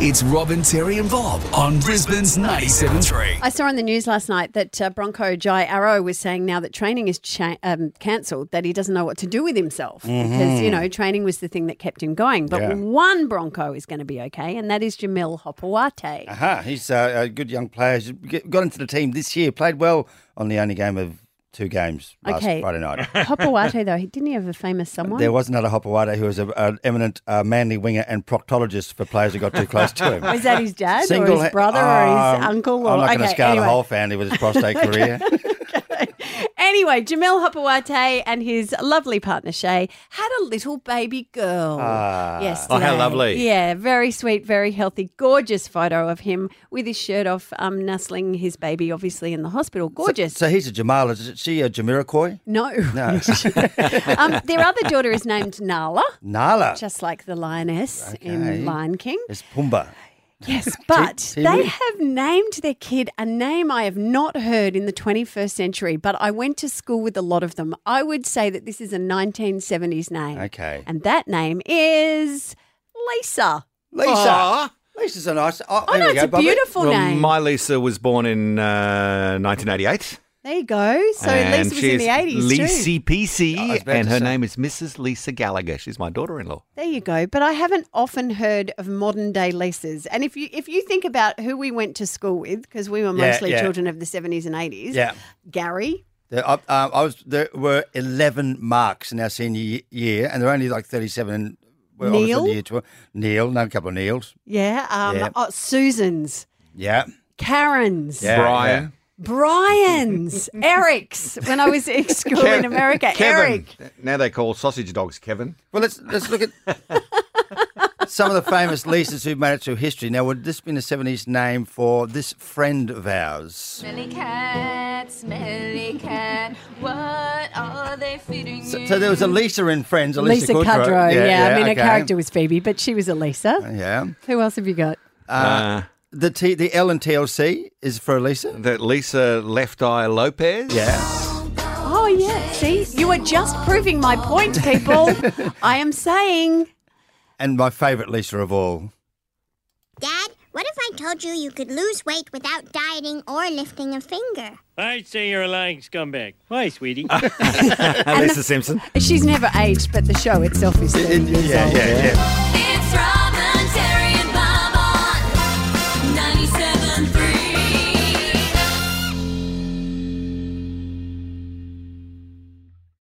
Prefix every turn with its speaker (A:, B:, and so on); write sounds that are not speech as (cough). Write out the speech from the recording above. A: It's Robin, Terry, and Bob on Brisbane's 97.3.
B: I saw on the news last night that uh, Bronco Jai Arrow was saying now that training is cha- um, cancelled, that he doesn't know what to do with himself because, you know, training was the thing that kept him going. But
C: Mm-hmm. Yeah.
B: one Bronco is going to be okay, and that is Jamil
C: (laughs)
B: Hopawate.
C: Aha, he's uh, a good young player. He's get- got into the team this year, played well on the only game of two games last
B: Okay.
C: Friday night.
B: Hopawate, though, he didn't he have a famous (laughs) someone?
C: There was another Hopawada who was a, an eminent uh, manly winger and proctologist for players who got too close to him.
B: (laughs) Is that his dad or his
C: ha-
B: brother or his
C: Um,
B: uncle? Or,
C: I'm not going to
B: okay,
C: scar
B: anyway.
C: the whole family with
B: (laughs)
C: his prostate career.
B: Anyway, Jamil Hopawate and his lovely partner Shay had a little baby girl
C: Ah.
B: yesterday.
D: Oh, how lovely.
B: Yeah, very sweet, very healthy, gorgeous photo of him with his shirt off, um, nuzzling his baby, obviously in the hospital. Gorgeous.
C: So he's a Jamal. Is she a Jamiroquai?
B: no.
C: No.
B: (laughs) um, their other daughter is named Nala,
C: Nala.
B: just like the lioness
C: Okay.
B: in Lion King.
C: It's Pumba. (laughs)
B: Yes, but
C: see
B: they
C: me?
B: have named their kid a name I have not heard in the 21st century, but I went to school with a lot of them. I would say that this is a 1970s name.
C: Okay.
B: And that name is Lisa.
C: Lisa.
D: Aw.
C: Lisa's a nice. Oh,
B: Oh,
C: there
B: no,
C: we
B: it's
C: go,
B: a
C: Bobby.
B: beautiful
D: Well,
B: name.
D: my Lisa was born in uh, 1988.
B: there you go. So
D: and
B: Lisa was in
D: she's
B: the 80s too.
D: Lisa
C: I was
D: PC,
C: about
D: and
C: to
D: her
C: say.
D: name is Mrs. Lisa Gallagher. She's my daughter-in-law.
B: There you go. But I haven't often heard of modern day Lisas. And if you if you think about who we went to school with, because we were
C: Yeah,
B: mostly
C: yeah.
B: children of the 70s and 80s.
C: Yeah.
B: Gary.
C: There, I, um, I was there were eleven marks in our senior ye- year, and they're only like thirty-seven. And we're obviously in
B: Neil?
C: year twelve. Neil, no, a couple of Neils.
B: Yeah. Um,
C: Yeah.
B: Oh, Susan's.
C: Yeah,
B: Karen's.
C: Yeah,
D: Brian.
C: (laughs)
B: Brian's, Eric's. When I was at school in America,
D: Kevin.
B: Eric.
D: Now they call sausage dogs Kevin.
C: Well, let's let's look at
B: (laughs)
C: some of the famous leases who've made it through history. Now, would this been a seventies name for this friend of ours?
E: Smelly cat, smelly cat, what are they feeding you?
C: So, so there was a Lisa in Friends, a
B: Lisa
C: Lisa,
B: Kudrow. Yeah, I mean,
C: okay. Oh,
B: her character was Phoebe, but she was Elisa.
C: Yeah,
B: Who else have you got?
D: Uh,
C: the T, the L and TLC is for Lisa.
D: that Lisa Left Eye Lopez.
C: Yeah,
B: Oh, yeah. See, you are just proving my point, people.
C: (laughs)
B: I am saying
C: and my favourite Lisa of all.
F: Dad, what if I told you you could lose weight without dieting or lifting a finger?
G: I'd say you're a lying scumbag. Why, sweetie?
D: Lisa Simpson.
B: she's never aged, but the show itself is 30 years
C: yeah,
B: old.
C: yeah, yeah.
E: It's Robin.